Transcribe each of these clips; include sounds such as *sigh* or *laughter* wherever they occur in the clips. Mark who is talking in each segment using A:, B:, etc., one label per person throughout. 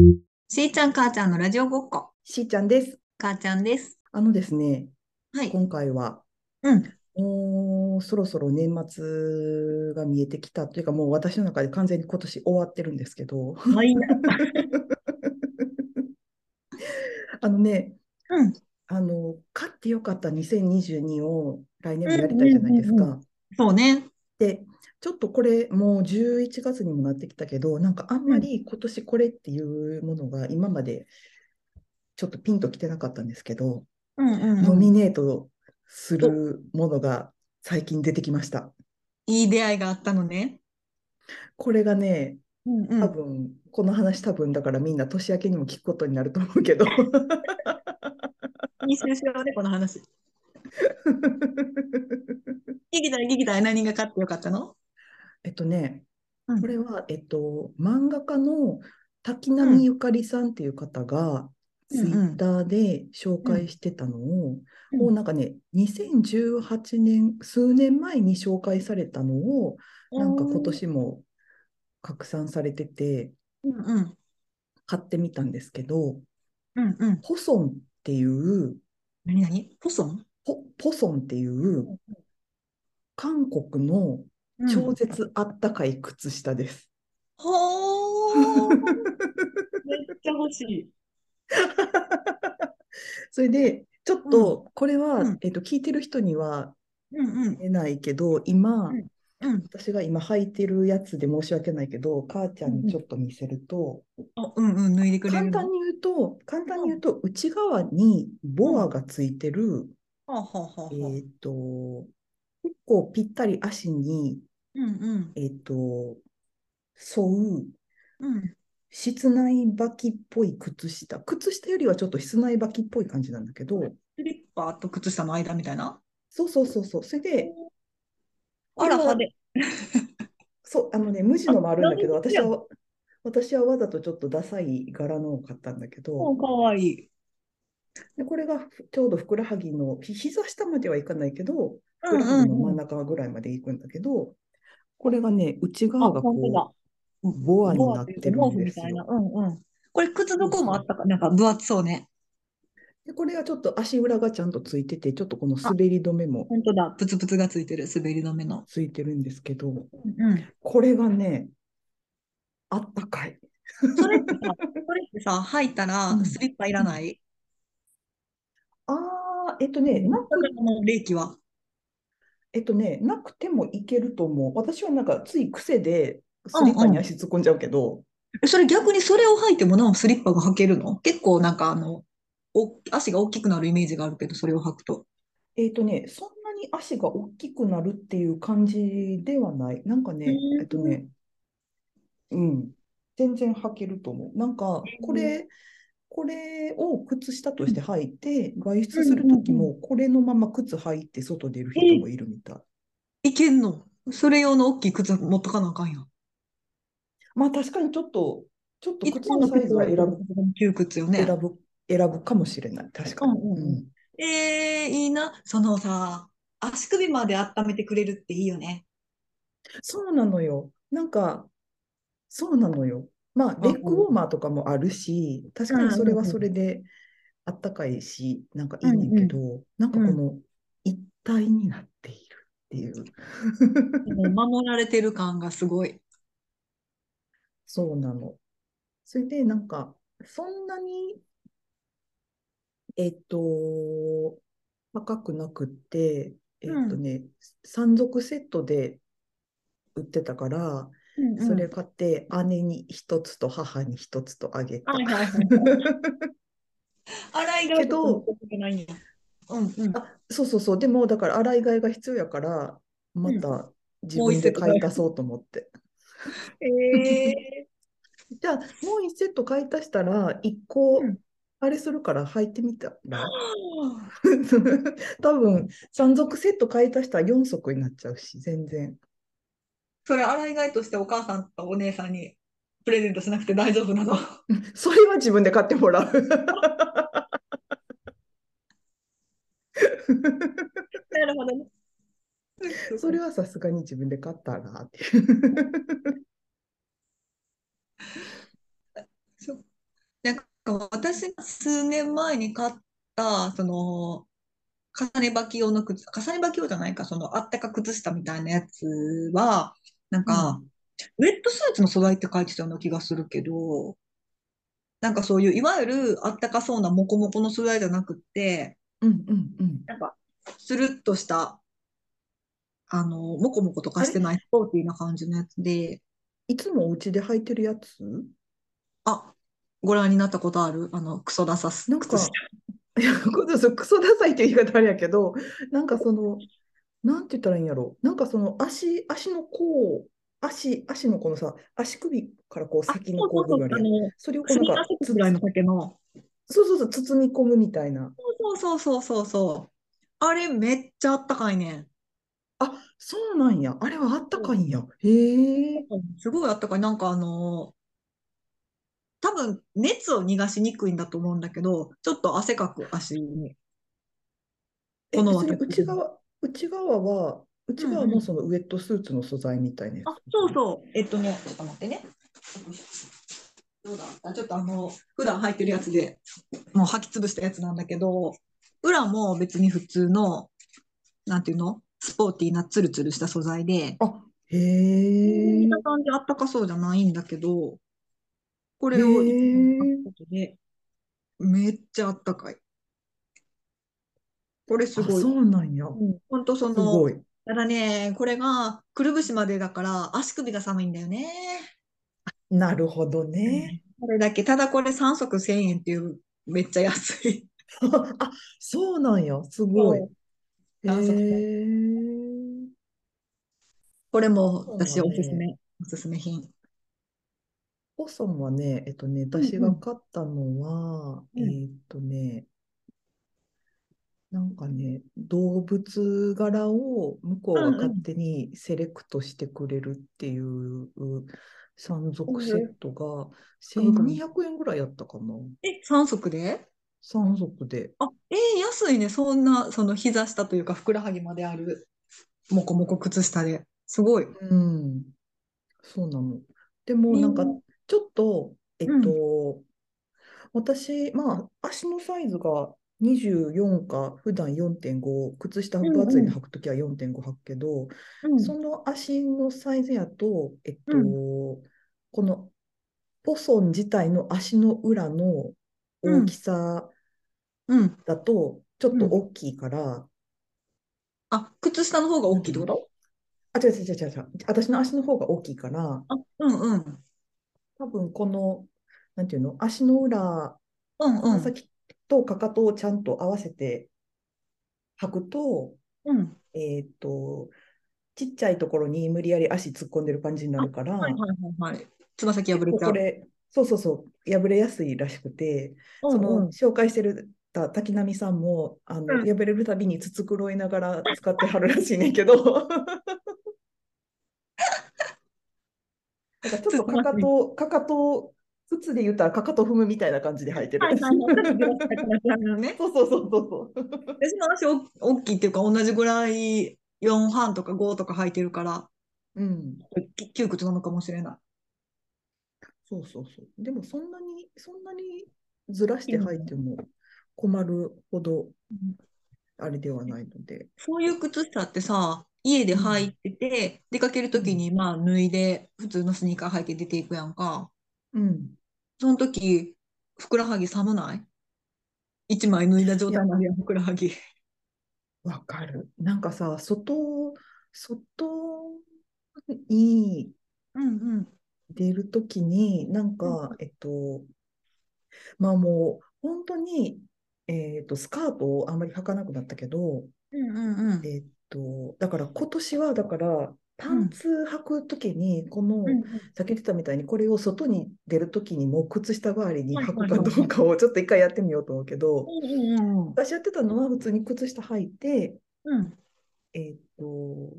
A: ーちゃん、母ちゃんのラジオごっこ。
B: しーちゃんです。
A: 母ちゃんです。
B: あのですね、
A: はい。
B: 今回は、
A: うん。
B: もうそろそろ年末が見えてきたというか、もう私の中で完全に今年終わってるんですけど、 *laughs*
A: はい。
B: あのね、
A: うん。
B: あの、勝ってよかった2022を来年もやりたいじゃないです
A: うん
B: か。
A: そうね。
B: で、ちょっとこれ、もう11月にもなってきたけど、なんかあんまり今年これっていうものが今までちょっとピンときてなかったんですけど、
A: うん
B: ノミネートするものが最近出てきました。
A: いい出会いがあったのね。
B: これがね、
A: うんう
B: 多分この話多分だからみんな年明けにも聞くことになると思うけど *laughs*
A: いい収集ようね、この話。聞きたい、聞きたい。何が勝ってよかったの
B: えっとね
A: うん
B: これは、えっと、漫画家の滝波ゆかりさんっていう方が
A: うん
B: ツイッターで紹介してたのを、もうなんかね2018年数年前に紹介されたのをなんか今。年も拡散されてて
A: うんうん。
B: 買ってみたんですけど
A: うんうん。
B: ポソンっていう
A: 何何ポソン
B: ポ、ポソンっていう韓国の
A: う
B: 超
A: ん
B: 絶あったかい靴下です。
A: ほー。めっちゃ欲しい。
B: それでちょっとこれは、
A: うん
B: えっと聞いてる人には
A: うんうん。
B: 出ないけど今、
A: んうん。
B: 私が今履いてるやつで申し訳ないけど母ちゃんにちょっと見せると、
A: あうんうん。脱いでくれる
B: 簡
A: の。
B: 単に言うと簡単に言うと内側にボアがついてる、
A: はあはあはあはあ
B: えっと結構ぴったり足に、
A: うんうん。
B: えっと沿う
A: うん。
B: 室内履きっぽい靴下。靴下よりはちょっと室内履きっぽい感じなんだけど、
A: スリッパと靴下の間みたいな。
B: そうそうそうそう。それで、
A: あら派手。
B: そう、あのね、無地のもあるんだけど、
A: あ
B: 私は、私はわざとちょっとダサい柄のを買ったんだけ
A: も
B: ど
A: う、かわいい。
B: でこれがふちょうどふくらはぎの、ひ膝下まではいかないけど、ふく
A: う
B: ら
A: ん
B: はぎの
A: うん
B: 真
A: うん
B: ん中ぐらいまで行くんだけど、これがね、内側が
A: 本当
B: こ
A: だ。
B: う、ボアになってる
A: ボア
B: ん
A: というか毛布み
B: です
A: たいな。
B: よ。
A: うんうん。これ靴底もあったか、なんか分厚そうね。
B: で、これがちょっと足裏がちゃんとついてて、ちょっとこの滑り止めも
A: 本当だ。プツプツがついてる滑り止めの。
B: ついてるんですけど、
A: うん。
B: これがね、あったかい。
A: それってさ、 *laughs* それってさ、履いたら
B: うん
A: スリッパいらない。
B: ああ、えっとね、なく、
A: それも冷気は。
B: えっとね、なくてもいけると思う。私はなんかつい癖でスリッパに足突っ込んじゃうけど、
A: それ逆にそれを履いてもなおスリッパが履けるの結構なんかあの、お足が大きくなるイメージがあるけど、それを履くと。
B: えっとね、そんなに足が大きくなるっていう感じではない。なんかね、
A: うん
B: えっとね、うん、全然履けると思う。なんか、これ、これを靴下として履いて、外出するときも、これのまま靴履いて外出る人もいるみたい。
A: いけんのそれ用の大きい靴持っとかなあかんやん。
B: まあ確かにちょっと、ちょっと
A: い
B: 靴
A: つも
B: の
A: の
B: サイ
A: 靴
B: ズは
A: は
B: 選ぶ、
A: 窮屈よね。
B: 選ぶ、選ぶかもしれない。確かに。
A: うんうんうん
B: うん
A: ええいいな。そのさ、足首まで温めてくれるっていいよね。
B: そうなのよ。なんか、そうなのよ。まあ、レッグウォーマーとかもあるし、確かにそれはそれであったかいし、なんかいいねんけど、なんかこの一体になっているっていう。
A: 守られてる感がすごい。
B: そうなの。それで、なんか、そんなに、えっと、高くなくって、えっとね、3足セットで売ってたから、それ買って姉に一つと母に一つとあげた。
A: はいはいはい。洗い替え
B: けど
A: とかじゃないんやうんうん。
B: あ、そうそうそう。でもだから洗い替えが必要やから、また自
A: もう
B: 分
A: 一セ
B: で
A: ット
B: 買い足そうと思って。
A: ええ
B: じゃあもう一セット買い足したら一個
A: うん
B: あれするから履いてみたら、 *laughs* 多分三足セット買い足したら四足になっちゃうし、全然。
A: それ洗い替えとしてお母さんとお姉さんにプレゼントしなくて大丈夫 *laughs* なの。
B: それは自分で買ってもらう。
A: *laughs* なるほ *laughs* どね。
B: それはさすがに自分で買ったらっていう。
A: そうなんか私が数年前に買った、その、重ね履き用の靴、重ね履き用じゃないか、そのあったか靴下みたいなやつは、なん
B: う
A: か、
B: ん。
A: ウェットスーツの素材って書いてたような気がするけど、なんかそういう、いわゆるあったかそうなモコモコの素材じゃなくって、
B: うんうんうん。
A: なんか、スルッとした、あの、モコモコとか
B: あ
A: し
B: れ
A: てないスポーティーな感じのやつで、
B: いつもお家で履いてるやつ
A: あ、ご覧になったことあるあの、クソダサス
B: なん
A: 靴下。
B: か、いや、こうそうクソダサいって言い方あれやけど、なんかその、なんて言ったらいいんやろ。なんかその足、足の甲、足、足のこのさ、足首からこう
A: あ、
B: 先の
A: そう
B: こう
A: そうそう、
B: 部分ある
A: あ
B: やん。
A: の、
B: それをこう
A: ス
B: なん
A: ニーカー
B: か、
A: ソックス
B: つ
A: ぐらいの
B: つ、
A: 丈の。
B: そうそうそう、包み込むみたいな。
A: そうそうそうそうそう。あれめっちゃあったかいねん。
B: あ、そうなんや。あれはあった
A: そ
B: かいんや。へえ。
A: うすごいあったかい。なんかあのー多分熱を逃がしにくいんだと思うんだけど、ちょっと汗かく足に、こ
B: え、
A: の
B: それ
A: 私
B: 内
A: でも。
B: 側、内側は、内
A: うん
B: 側
A: う
B: も
A: ん。
B: そのウェットスーツの素材みたいなや
A: あ、
B: つ。
A: そうそう。えっとね、ちょっと待ってね。どうだあちょっとあの、普段履いてるやつでもう履き潰したやつなんだけど、裏も別に普通の、なんていうのスポーティーなツルツルした素材で、
B: あ、へ
A: そんなに見
B: え。
A: た感じあったかそうじゃないんだけど、こ
B: へ
A: れをいつも履く
B: え。
A: ことで、めっちゃあったかい。これす
B: あ、
A: ごい。
B: そうなんや。
A: うん、ほんとそ
B: すご
A: の、
B: い。
A: ただね、これがくるぶしまでだから足首が寒いんだよね。
B: なるほど
A: う
B: ね。
A: んこれだけ、ただこれ3足1000円っていうめっちゃ安い。
B: *laughs* あ、そうなんや。すごい。
A: そう
B: へ
A: 3足1000円。
B: え。
A: これも
B: 本は
A: 私おすす
B: ね、
A: め、おすすめ品。
B: ホソンはね、えっとね、
A: うん
B: 私
A: う
B: が
A: ん
B: 買ったのは、え
A: うん
B: っとね、なんかね、動物柄を向こ
A: う
B: うが
A: んう
B: 勝
A: ん。
B: 手にセレクトしてくれるっていう山
A: う
B: 賊セッ
A: ん
B: トが
A: 福袋
B: 1200円ぐらいやったかな。
A: え、3足で
B: 3足で。
A: あ、えー安いね。そんな、その膝下というか、ふくらはぎまである、もこもこ靴下で。すごい。
B: うん。そうなの。でも
A: み
B: なんんか
A: な、
B: ちょっと、え
A: う
B: っ
A: ん、
B: と、私、まあ、足のサイズが24か、普段4.5、靴下
A: う
B: 分厚い
A: ん、
B: の
A: うん、
B: 履くときは4.5履くけど、
A: う
B: そ
A: ん、
B: の足のサイズやと、えっ
A: う
B: と、
A: ん、
B: このポソン自体の足の裏の
A: う
B: 大き
A: ん、
B: さ
A: うん、
B: だと、ちょっ
A: う
B: と
A: ん。
B: 大きいから、
A: あ、靴下の方が
B: な
A: 大
B: ん
A: き
B: て
A: いっ
B: いう
A: てこ
B: の
A: と
B: あ、違う違う違う違う違う、私の足の方が大きいから、
A: あ、うん、うん、
B: 多分この、なんていうの、足の裏、
A: うん、
B: つ
A: う
B: ま
A: ん、
B: 先とかかとをちゃんと合わせて履くと、
A: うん。
B: えっと、ちっちゃいところに無理やり足突っ込んでる感じにな
A: あ、は
B: るか
A: い、
B: ら、
A: はい、はい、はい。つま先破
B: 結
A: れ
B: 構
A: ちゃ
B: こ
A: う。
B: れ、そうそうそう、破れやすいらしくて、
A: う
B: そ
A: ん、
B: の
A: うん。
B: 紹介してるた滝波さんもあ
A: う
B: の
A: ん
B: 破れるたびにつつくろいながら使ってはるらしいねんけど、 *laughs* なんかちょっ
A: つ
B: と
A: つ
B: か
A: ま
B: か
A: 先。
B: と、かかと、靴で言ったらかかと踏むみたいな感じで履いてる。
A: はい、はい、はい。ちょっとずらしたくなっちゃうの *laughs* ね。
B: *laughs* そうそうそうそうそう。
A: 私の足お大きいっていうか、同じぐらい4半とか5とか履いてるから、
B: うん、
A: き窮屈なのかもしれない。
B: そうそうそう。でもそんなに、そんなにずらし
A: いい
B: て
A: の
B: 履い
A: ね
B: ても困るほど
A: うん
B: あれではないので。
A: そういう靴下ってさ、家で
B: う
A: 履いて
B: ん、
A: て、出かける
B: う
A: とき
B: ん、
A: にまあ脱いで、普通のスニーカー履いて出ていくやんか。
B: うん。
A: その時、ふくらはぎ寒ない一枚脱いだ状
B: い
A: 態
B: や、
A: になるやん、ふくらはぎ。
B: わかる。なんかさ、外、外に
A: うんうん。
B: 出るときに、なん
A: うん
B: か、えっと、まあもう、本当に、えっと、スカートをあんまり履かなくなったけ
A: う
B: ど、
A: んうんうん。
B: えっと、だから今年は、だから、パ
A: う
B: ン
A: ん
B: ツ履くときに、こ
A: う
B: の、
A: んうん。
B: さっき言ってたみたいに、これを外に出るときにもう靴下代わりに
A: はい
B: 履
A: はい
B: くか
A: はい
B: ど
A: は
B: う
A: い。
B: かをちょっと一回やってみようと思うけど、
A: うんうんうん
B: 私やってたのは普通に靴下履いて、
A: うん。うん
B: えっと、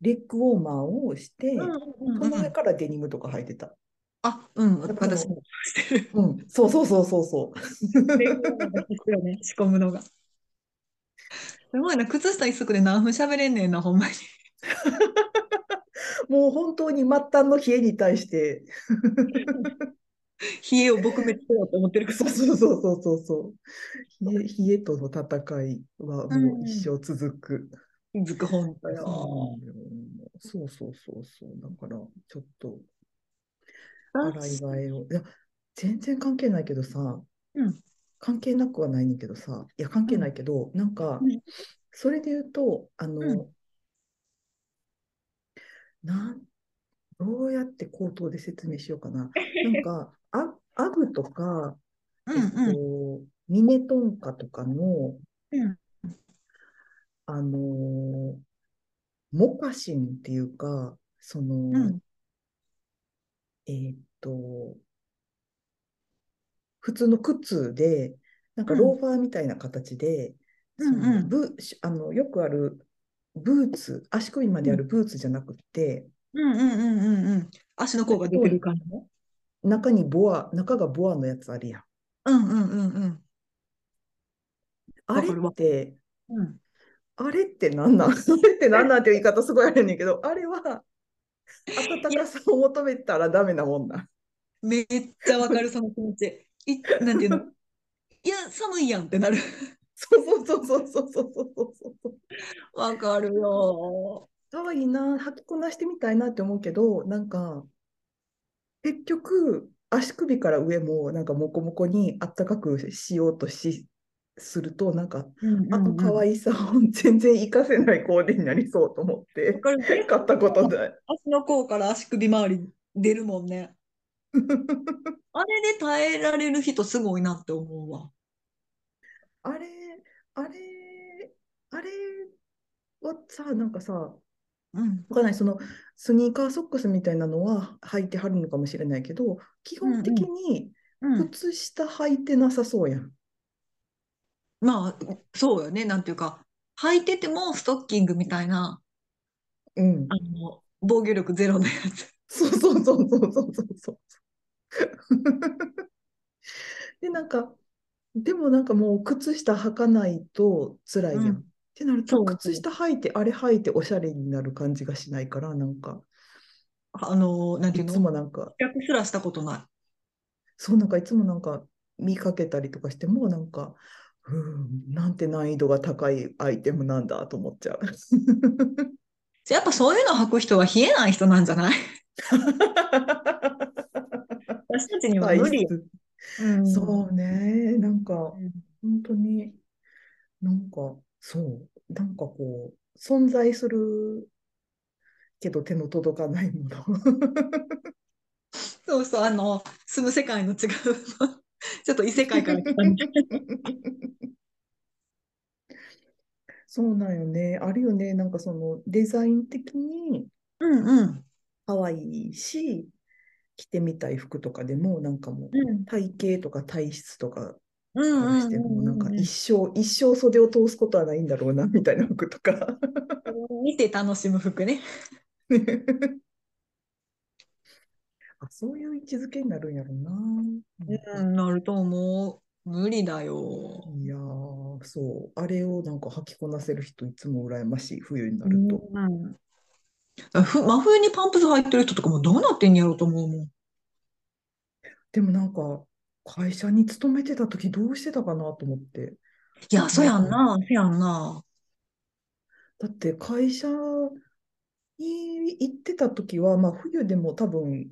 B: レッグウォーマーをし
A: う
B: て、
A: んうん
B: そうの上
A: ん。
B: からデニムとか履いてた。
A: あ、うん、
B: なんかそ
A: 私
B: の、
A: もしてる。
B: うん、そうそうそうそうそう。
A: レゴが必要ね、仕込むのが。すごいな、靴下一足で何分喋れんねんな、ほんまに。
B: もう本当に末端の冷えに対して
A: 冷えを撲滅しようと思ってるくせ
B: そう
A: に
B: そうそうそうそうそう。冷え、冷えとの戦いはもう一生続く。
A: ずく本当よ。
B: そうなんだよそうそうそうそう。だから、ちょっと、洗い
A: 私
B: 替えを。いや、全然関係ないけどさ、
A: うん
B: 関係なくはないねんだけどさ、いや、関係ないけど、なんか
A: うん、
B: それで言うと、あの、
A: うん
B: なん、どうやって口頭で説明しようかな。なんか、あアグとか、
A: うん
B: えっ
A: うん
B: と、ミネトンカとかの、
A: うん
B: あのーモカシンっていうか、その、
A: うん
B: えーっと、普通の靴で、なんか
A: うん
B: ローファーみたいな形で、
A: うんうん
B: そのブーしあのよくあるブーツ、足首まであるブーツじゃなくて、
A: うんうんうんうんうん。足の甲が出てる感じね。
B: 中にボア、中がボアのやつあるやん。
A: うんうんうんうん。
B: あれ
A: わかるわ
B: って、
A: うん
B: あれってなんなん *laughs* あれってなんなんっていう言い方すごいあるんやけど、あれは暖かさを求めたらダメなもん *laughs* な。
A: めっちゃわかる、その気持ち。い、なんていうの。いや、寒いやんってなる。
B: そうそうそうそうそうそうそうそうそう。
A: *laughs* わかるよ。
B: 可愛いな、履きこなしてみたいなって思うけど、なんか、結局、足首から上も、なんか、もこもこにあったかくしようとし、すると、なんか、
A: うん
B: あの可
A: い
B: 愛さを全然活かせないコーデになりそうと思って、 *laughs*
A: わかる。
B: 買ったことない。 *laughs*
A: 足の甲から足首周り出るもんね。あれで耐えられる人すごいなって思うわ。
B: あれ、あれ、あれはさ、なんかさ、
A: うん。
B: わかんない、そのスニーカーソックスみたいなのは履いてはるのかもしれないけど、基本的に
A: うん、
B: 靴下履いてなさそうやん。
A: まあ、そうよね。なんていうか、履いててもストッキングみたいな、
B: うん。
A: あの、防御力ゼロのやつ。
B: そうそうそうそうそうそうそう。 *laughs* で、なんか、でもなんかもう靴下履かないと辛いやん。
A: うん
B: ってなると、
A: そう
B: 靴下履いて、あれ履いておしゃれになる感じがしないから、なんか、
A: あの、なんてい
B: いうつ
A: の
B: もなんか、
A: 逆すらしたことない。
B: そうなんかいつもなんか見かけたりとかしても、なんか、うーん、なんて難易度が高いアイテムなんだと思っち
A: *laughs*
B: ゃう。
A: じゃあやっぱそういうの履く人は冷えない人なんじゃない私たちには無理よ。うん
B: そうね、なんか、
A: うん
B: 本当に、なんか、そう、なんかこう、存在するけど手の届かないもの。
A: そうそう、あの、住む世界の違う、ちょっと異世界から来たみたい
B: *laughs* そうなんよね、あるよね、なんかそのデザイン的に
A: *laughs* うんうん。
B: 可愛いし、着てみたい服とかでも、なんかもう、
A: うん
B: 体型とか体質とか
A: う
B: か
A: ん
B: ら
A: う
B: し
A: ん
B: て
A: う
B: も、なん
A: ん
B: か
A: うん
B: 一生、一生袖を通すことはないんだろうな、みたいな服とか。 *laughs*
A: 見て楽しむ服ね。
B: ねあ、そういう位置づけになるんやろうな。
A: うん、なると思う。無理だよ。
B: いやー、そう、あれをなんか履きこなせる人、いつも羨ましい、冬にな
A: う
B: る
A: ん
B: と。
A: ふ真冬にパンプス履いてる人とかもどうなってんやろうと思うもん。
B: でもなんか、会社に勤めてた時どうしてたかなと思って。
A: いや、そうやんな、そうやんな。
B: だって会社に行ってた時は、まあ冬でも多分、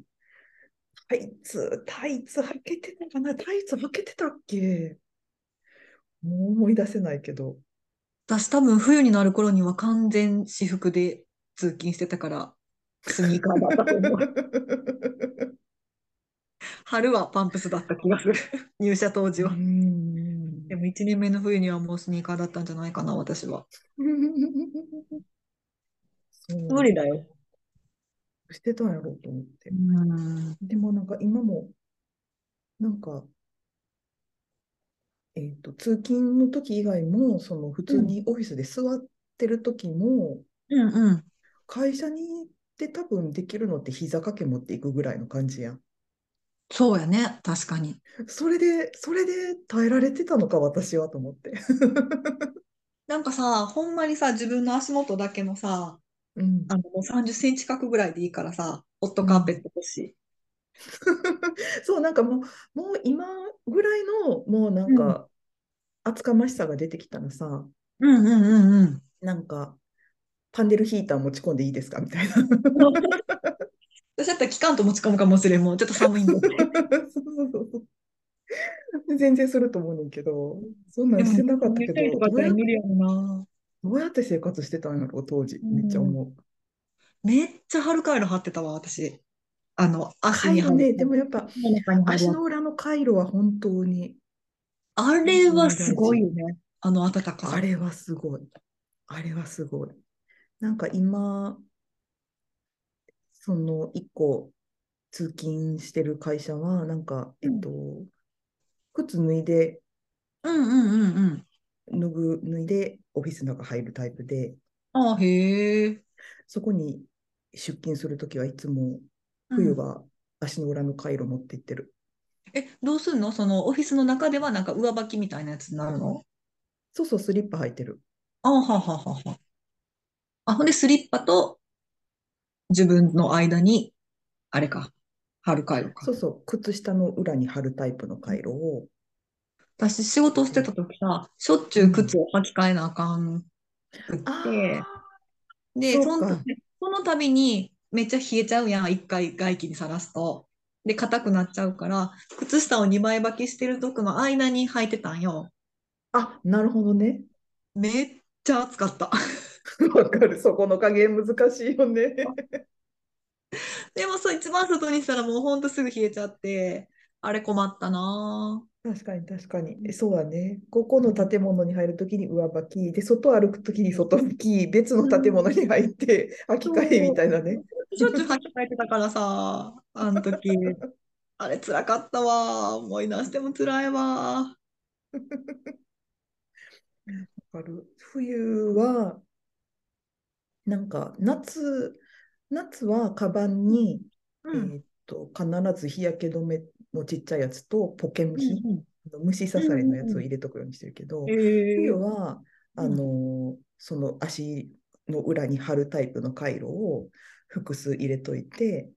B: タイツ、タイツ履けてたかなタイツ履けてたっけもう思い出せない
A: *laughs*
B: けど。
A: 私多分冬になる頃には完全私服で通勤してたから、スニーカーだったと *laughs* 思う。春はパンプスだった気がする。入社当時は。
B: うん
A: でも1年目の冬にはもうスニーカーだったんじゃないかな、私は。
B: そう
A: 無理だよ。
B: してたんやろうと思って
A: う。ん。
B: でもなんか今も、なんか、えっと、通勤の時以外も、その普通にオフィスで座ってる時も、
A: うんうん。
B: 会社に行って多分できるのって膝掛け持っていくぐらいの感じやん。
A: そうやね、確かに。
B: それで、それで耐えられてたのか、私はと思って。 *laughs*
A: なんかさ、ほんまにさ、自分の足元だけのさ、
B: うん
A: あのもう30センチ角ぐらいでいいからさ、ホットカーペット欲しい。
B: そう、なんかもう、もう今ぐらいの、もうなんか、厚かましさが出てきたらさ、
A: うんうんうんうん。
B: なんか、パンデルヒーター持ち込んでいいですかみたいな。 *laughs*
A: 私だったら期間と持ち込むかもしれん。もうちょっと寒い *laughs* んで。
B: そうそうそうそう。全然すると思うねんけど、そんなんしてなかったけど、
A: でも
B: どうや
A: 無理やろな。
B: どうやって生活してたんやろう、当時。めっちゃ思う。
A: めっちゃ春カイロ貼ってたわ、私。あの、足
B: カイ
A: に
B: ロ
A: 貼
B: ね、
A: る。
B: でもやっぱ、
A: 真ん中に貼る
B: 足
A: やつ
B: の裏の回路は本当に、
A: あれはすごいよね。あの暖かさ。
B: あれはすごい。あれはすごい。なんか今、その一個通勤してる会社は、なんか、え
A: う
B: っ
A: ん
B: と、靴脱いで、
A: うんうんうんうん。
B: 脱ぐ、脱いでオフィスの中入るタイプで、
A: ああ、へえ。
B: そこに出勤するときはいつも冬
A: うん
B: は足の裏の回路持って行ってる。
A: え、どうすんのそのオフィスの中ではなんか上履きみたいなやつになるの
B: そうそう、スリッパ履いてる。
A: ああ、はあはあはあはあ。あ、ほんでスリッパと自分の間に、あれか、貼る回路か
B: そう。そう、靴下の裏に貼るタイプの回路を。
A: 私仕事してた時さ、しょっちゅう靴を履き替えなあかんくって、で、
B: そう
A: その
B: か
A: その度にめっちゃ冷えちゃうやん、一回外気にさらすと。で、硬くなっちゃうから、靴下を2枚履きしてる時の間に履いてたんよ。
B: あーあ、なるほどね。
A: めっちゃ暑かった。 *laughs*
B: *laughs* わかる、そこの加減難しいよね。
A: でもそう、一番外にしたらもうほんとすぐ冷えちゃって、あれ困ったなぁ。
B: 確かに確かに。えそうだね。ここの建物に入るときに上履き、で、外歩くときに外履き、別の建物に入って履き替えみたいなね。
A: しょっちゅう履き替えてたからさ、あの時。あれ辛かったわ。思い出しても辛いわ。
B: わかる。冬は、なんか夏、夏はカバンに、
A: う
B: えーっと、必ず日焼け止めのちっちゃいやつとポケムヒ、あの虫刺されのやつを入れとくようにしてるけど、冬は、
A: うん
B: あのその足の裏に貼るタイプの回路を複数入れといて、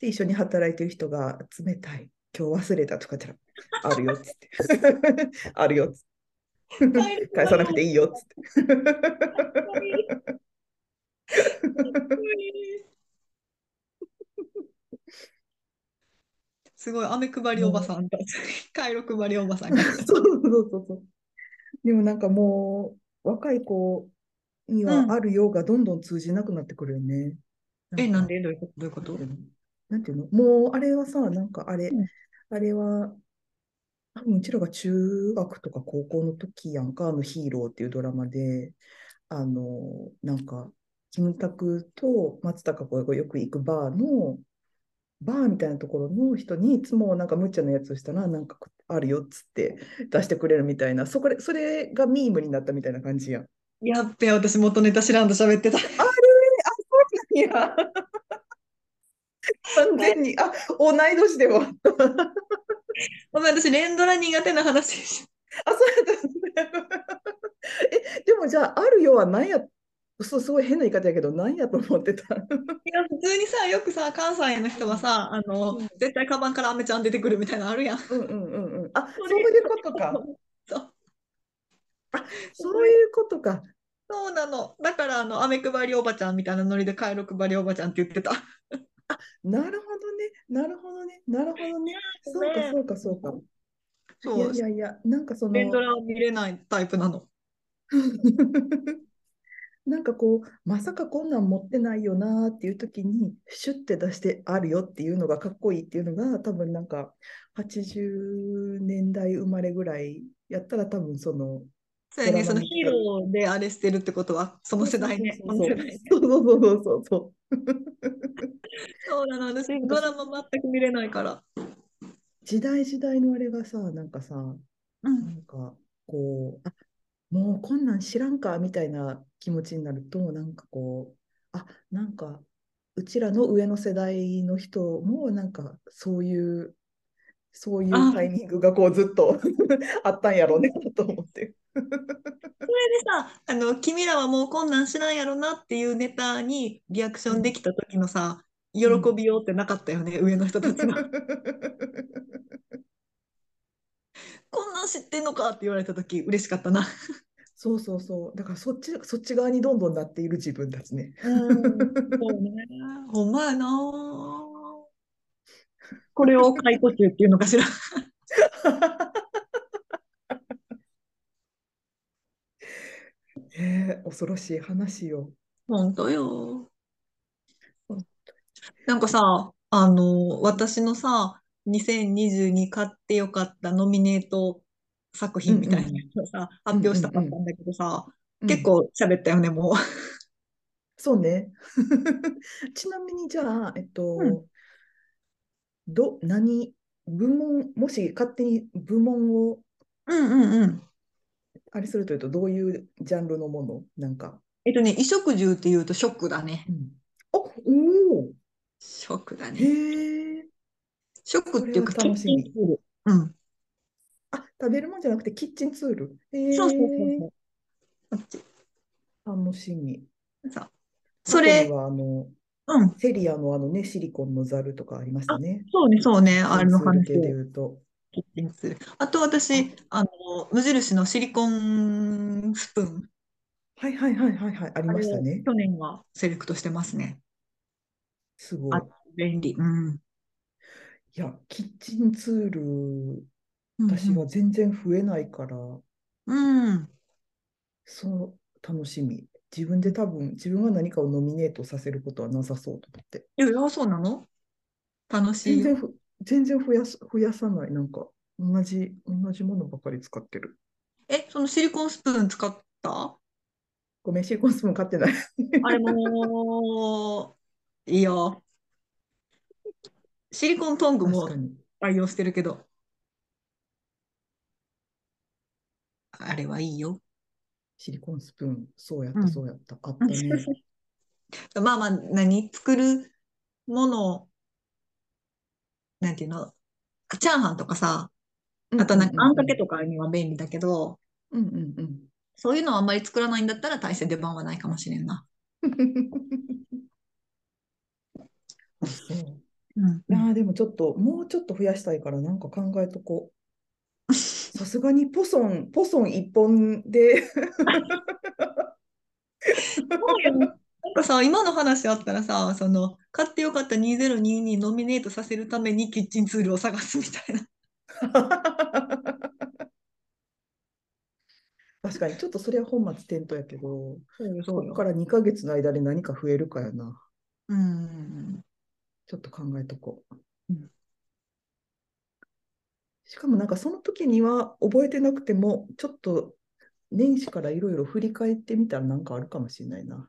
B: で、一緒に働いてる人が冷たい、今日忘れたとか言ったら、あるよっつって、
A: *laughs*
B: あるよっつって、返さなくて
A: いい。
B: いいよっつって。
A: すごい、飴配りおばさんと、回路配りおばさんが。
B: そうそうそうそう。でもなんかもう、若い子に
A: うん
B: はあるようがどんどん通じなくなってくるよね。
A: え、
B: か
A: なんでどういうことどういうこと
B: なんていうのもうあれはさ、なんかあれ、
A: うん
B: あれは、多分うちらが中学とか高校の時やんか、あのヒーローっていうドラマで、あの、なんか、キムタクと松たか子がよく行くバーの、バーみたいなところの人にいつもなんか無茶なやつをしたら、なんかあるよっつって出してくれるみたいな、そこれ、それがミームになったみたいな感じやん。
A: やっべ、私元ネタ知らんと喋ってた。 *laughs*
B: いや、完全に、あ、同い年では。
A: ごめん、私、連ドラ苦手な話でし
B: あ、そうだったんだ。え、でもじゃあ、あるよは何や、そう、すごい変な言い方やけど、何やと思ってた。
A: た。いや、普通にさ、よくさ、関西の人はさ、あの、
B: うん
A: 絶対カバンからアメちゃん出てくるみたいなのあるやん。
B: うんうんうんうん。あ、
A: それ
B: そういうことか。
A: そう、
B: そういうことか。
A: そうなの。だから、あの、アメ配りおばちゃんみたいなノリで回路配りおばちゃんって言ってた。
B: なるほどね。なるほどね。なるほどね。そうか、そうか、そうか。い
A: そ
B: や
A: う
B: い、やいや、なんかそ
A: 連ド
B: の、
A: ラを見れないタイプなの。
B: *laughs* なんかこう、まさかこんなん持ってないよなーっていう時に、シュッて出してあるよっていうのがかっこいいっていうのが、多分なんか、80年代生まれぐらいやったら、多分その、
A: そうやね、
B: ド
A: その
B: ラマ見て
A: ヒーローであれしてるってことは、その世代ね。
B: そ
A: こ
B: うそう
A: の世代ね
B: そうそうそうそうそうそう。
A: そうなの、私、ドラマ全く見れないから。
B: 時代時代のあれがさ、なんかさ、
A: うん
B: なんかこう、あ、もうこんなん知らんかみたいな気持ちになると、なんかこう、あ、なんかうちらの上の世代の人も、なんかそういう、そういう
A: あ
B: タイミングがこうずっと *laughs* あったんやろうねと思って。
A: さあの君らはもうこんなん知らんやろなっていうネタにリアクションできた時のさ喜びようってなかったよね、上の人たちが。 *laughs* こんなん知ってんのかって言われた時嬉しかったな。
B: そうそうそう。だからそっち、そっち側にどんどんなっている自分たちね。
A: うん、 *laughs* そうね。ほんまやなこれを解雇中っていうのかしら。 *laughs*
B: ね *laughs* え恐ろしい話よ。
A: 本当よ
B: ほんと。
A: なんかさ、あの、私のさ、2022買ってよかったノミネート作品みたいなやつをさ、
B: んうん
A: 発表したかったんだけどさ、結
B: うん
A: 構喋ったよね、もう。
B: そうね。 *laughs* ちなみにじゃあ、えっと、
A: うん
B: ど、何、部門、もし勝手に部門を
A: うんうんうん。
B: あれするというと、どういうジャンルのものなんか。
A: えっとね、衣食住っていうとショックだね。
B: うん、あ、おお、
A: ショックだね。
B: へえ。
A: ショックっていうか、
B: これは楽しみ
A: キッチンツールうん。
B: あ、食べるもんじゃなくてキッチンツール。へえ。
A: そうそうそうそう。こっち
B: 楽しみ。
A: さそれ
B: 過去に、はあの、
A: うん。
B: セリアのあのね、シリコンのザルとかありましたね。
A: そうね、そうね、あれの
B: キッチンツ
A: 話
B: ール系で言うと。
A: キッチンツール。あと私、あの、無印のシリコンスプーン。
B: はいはいはいはいはい、あ
A: あ
B: りま
A: れ
B: した
A: を
B: ね。
A: 去年はセレクトしてますね。
B: すごい。
A: あ便利。うん。
B: いや、キッチンツール、
A: うん
B: 私は全然増えないから、
A: うん。
B: そう、楽しみ。自分で多分、自分が何かをノミネートさせることはなさそうと思って。
A: いや、いやそうなの楽しい
B: 全
A: よ。
B: 然ふ、全然増やす、増やさない。なんか、同じ、同じものばかり使ってる。
A: え、そのシリコンスプーン使った
B: ごめん、シリコンスも買っ
A: *laughs*
B: てない。
A: あれも、いいよ。シリコントング
B: 確
A: も
B: かに。
A: 愛用してるけど。あれはいい *laughs* よ。
B: シリコンスプーン、そうやっ
A: う
B: た、
A: ん
B: そうやった。あったね。
A: まあまあ、何作るもの、なんていうの、チャーハンとかさ、あとなんかあんかけとかには便利だけど、
B: うんうんうん。
A: そういうのはあんまり作らないんだったら大して出番はないかもしれんな。
B: *laughs* あ、そう。
A: うん
B: あーでもちょっと、もうちょっと増やしたいから、なんか考えとこ
A: *laughs*
B: う。さすがにポソン、ポソン一本で
A: なんかさ、今の話あったらさ、その、買ってよかった2022ノミネートさせるためにキッチンツールを探すみたいな。
B: 確かに、ちょっとそれは本末転倒やけど、
A: そうよ、そ
B: ここから2ヶ月の間で何か増えるかやな。
A: うん。
B: ちょっと考えとこう
A: うん。
B: しかもなんかその時には覚えてなくても、ちょっと年始からいろいろ振り返ってみたらなんかあるかもしれないな。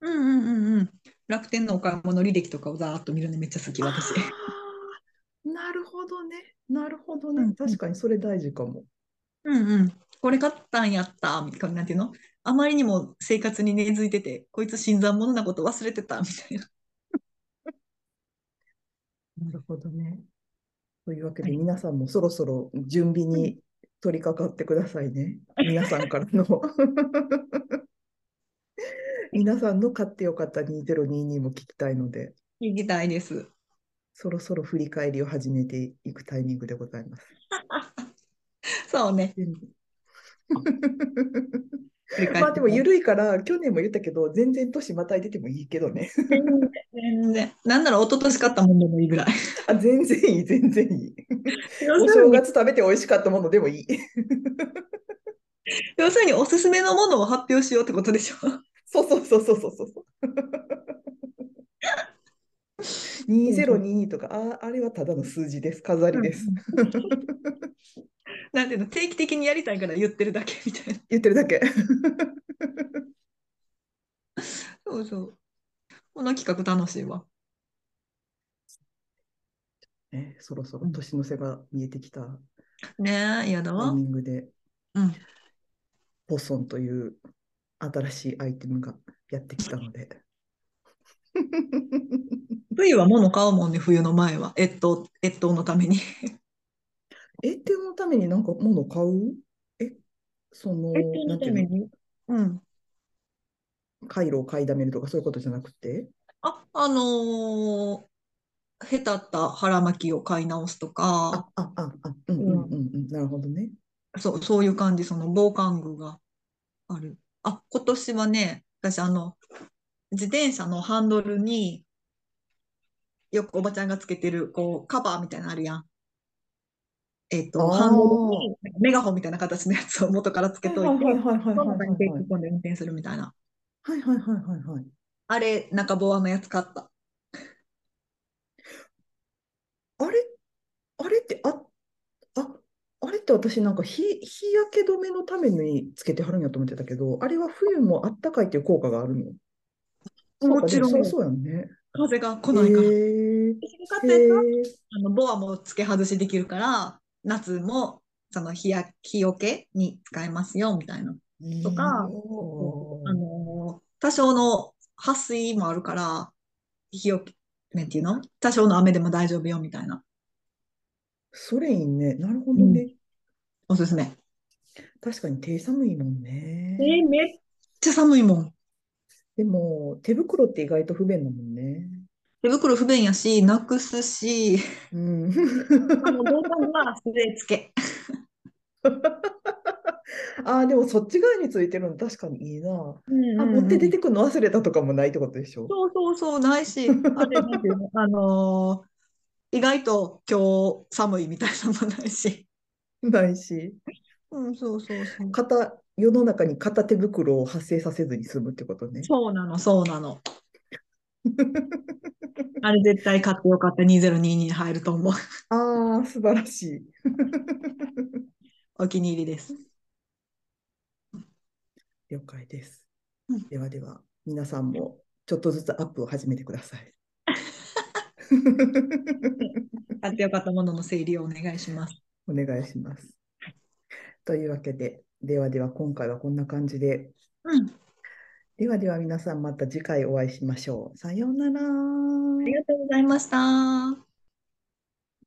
A: うんうんうんうん。楽天のお買い物履歴とかをざーっと見るのめっちゃ好き、私。
B: あーなるほどね。なるほど
A: うんうん
B: ね。確かにそれ大事かも。
A: うんうん。これ買ったんやった、みたいな、なんていうのあまりにも生活に根付いてて、こいつ新参者なこと忘れてた、みたいな。
B: なるほどね。というわけで、
A: はい
B: 皆さんもそろそろ準備に取り掛かってくださいね。皆さん *laughs* からの皆さんの買ってよかった2022も聞きたいので、
A: 聞きたいです。
B: そろそろ振り返りを始めていくタイミングでございます。
A: そうね。振り返
B: ま
A: っ
B: あ
A: て
B: でも緩いから、去年も言ったけど、全然年またいでてもいいけどね。 *laughs*
A: 全然、 *laughs* 全然。なんなら一昨年買ったもんでもいいぐらい。
B: あ、全然いい、全然いい。お正月食べて美味しかったものでもいい。 *laughs*
A: 要するにおすすめのものを発表しようってことでしょ。
B: そうそうそうそうそうそうそう。2022とか、ああれはただの数字です。飾りです。
A: *laughs* なんていうの、定期的にやりたいから言ってるだけみたいな。
B: 言ってるだけ。
A: そうそう。この企画楽しいわ。
B: ね、そろそろ年の瀬が見えてきたタ
A: ねえ、嫌だ
B: イ
A: わ。
B: ミングで、
A: うん。
B: ポソンという新しいアイテムがやってきたの *laughs* で。
A: 冬は物買うもんね、冬の前は。越冬、越冬のために。
B: え、ってのためになんか物買うえ、その、なんていう
A: にうん。
B: の、回路を買いだめるとかそういうことじゃなくて
A: あ、あのー、へたった腹巻きを買い直すと
B: あ
A: か、、
B: あ、あ、あ、うんうんうんうん。なるほどね。
A: そう、そういう感じ、その防寒具がある。あ、今年はね、私、あの、自転車のハンドルに、よくおばちゃんがつけてる、こう、カバーみたいなのあるやん。えっと、
B: あー
A: ハンドルに、メガホンみたいな形のやつを元からつけといて、
B: はいはい
A: その
B: はい
A: 中に手突っ込んで運転するみたいな。
B: はいはいはいはいはい。
A: あれ、中ボアのやつ買った。
B: あれ、あれって、あ、あ、あれって私なんか日、日焼け止めのためにつけてはるんやと思ってたけど、あれは冬もあったかいっていう効果があるの。そうか、
A: もち
B: でも
A: ろん
B: そりゃそうやんね。
A: 風が来
B: え
A: ないから。
B: ー、
A: 一緒に買ったやつはあのボアも付け外しできるから夏もその日焼日よけに使えますよみたいな、
B: えー
A: とか
B: いいよ
A: あのー多少の撥水もあるから日よけなんていうの多少の雨でも大丈夫よみたいな
B: それいいね。なるほどね。
A: おすすめ
B: 確かに手寒いもんね。
A: めっちゃ寒いもん
B: でも、手袋って意外と不便だもんね。
A: 手袋不便やしなくすし
B: うん。 *laughs*
A: あの防寒は素手つけ
B: ああ、でもそっち側についてるの確かにいいな。あ、
A: あ
B: 持って出てくるの忘れたとかもないってことでしょ。
A: そうそうそう、ないし、あれ、なんていうの、あのー意外と今日寒いみたいなのもないし。
B: ないし、
A: うん、そうそうそう。
B: 片、世の中に片手袋を発生させずに済むってことね。
A: そうなの、そうなの。あれ絶対買ってよかった、2022に入ると思う。
B: あ *laughs* あ、素晴らしい。
A: お気に入りです。
B: 了解です
A: うん。
B: ではでは、皆さんもちょっとずつアップを始めてくだ
A: *laughs*
B: さい。
A: 買ってよかったものの整理をお願いします。
B: お願いします。というわけで、ではでは今回はこんな感じで、
A: うん、
B: ではでは皆さんまた次回お会いしましょう。さようなら。
A: ありがとうございました。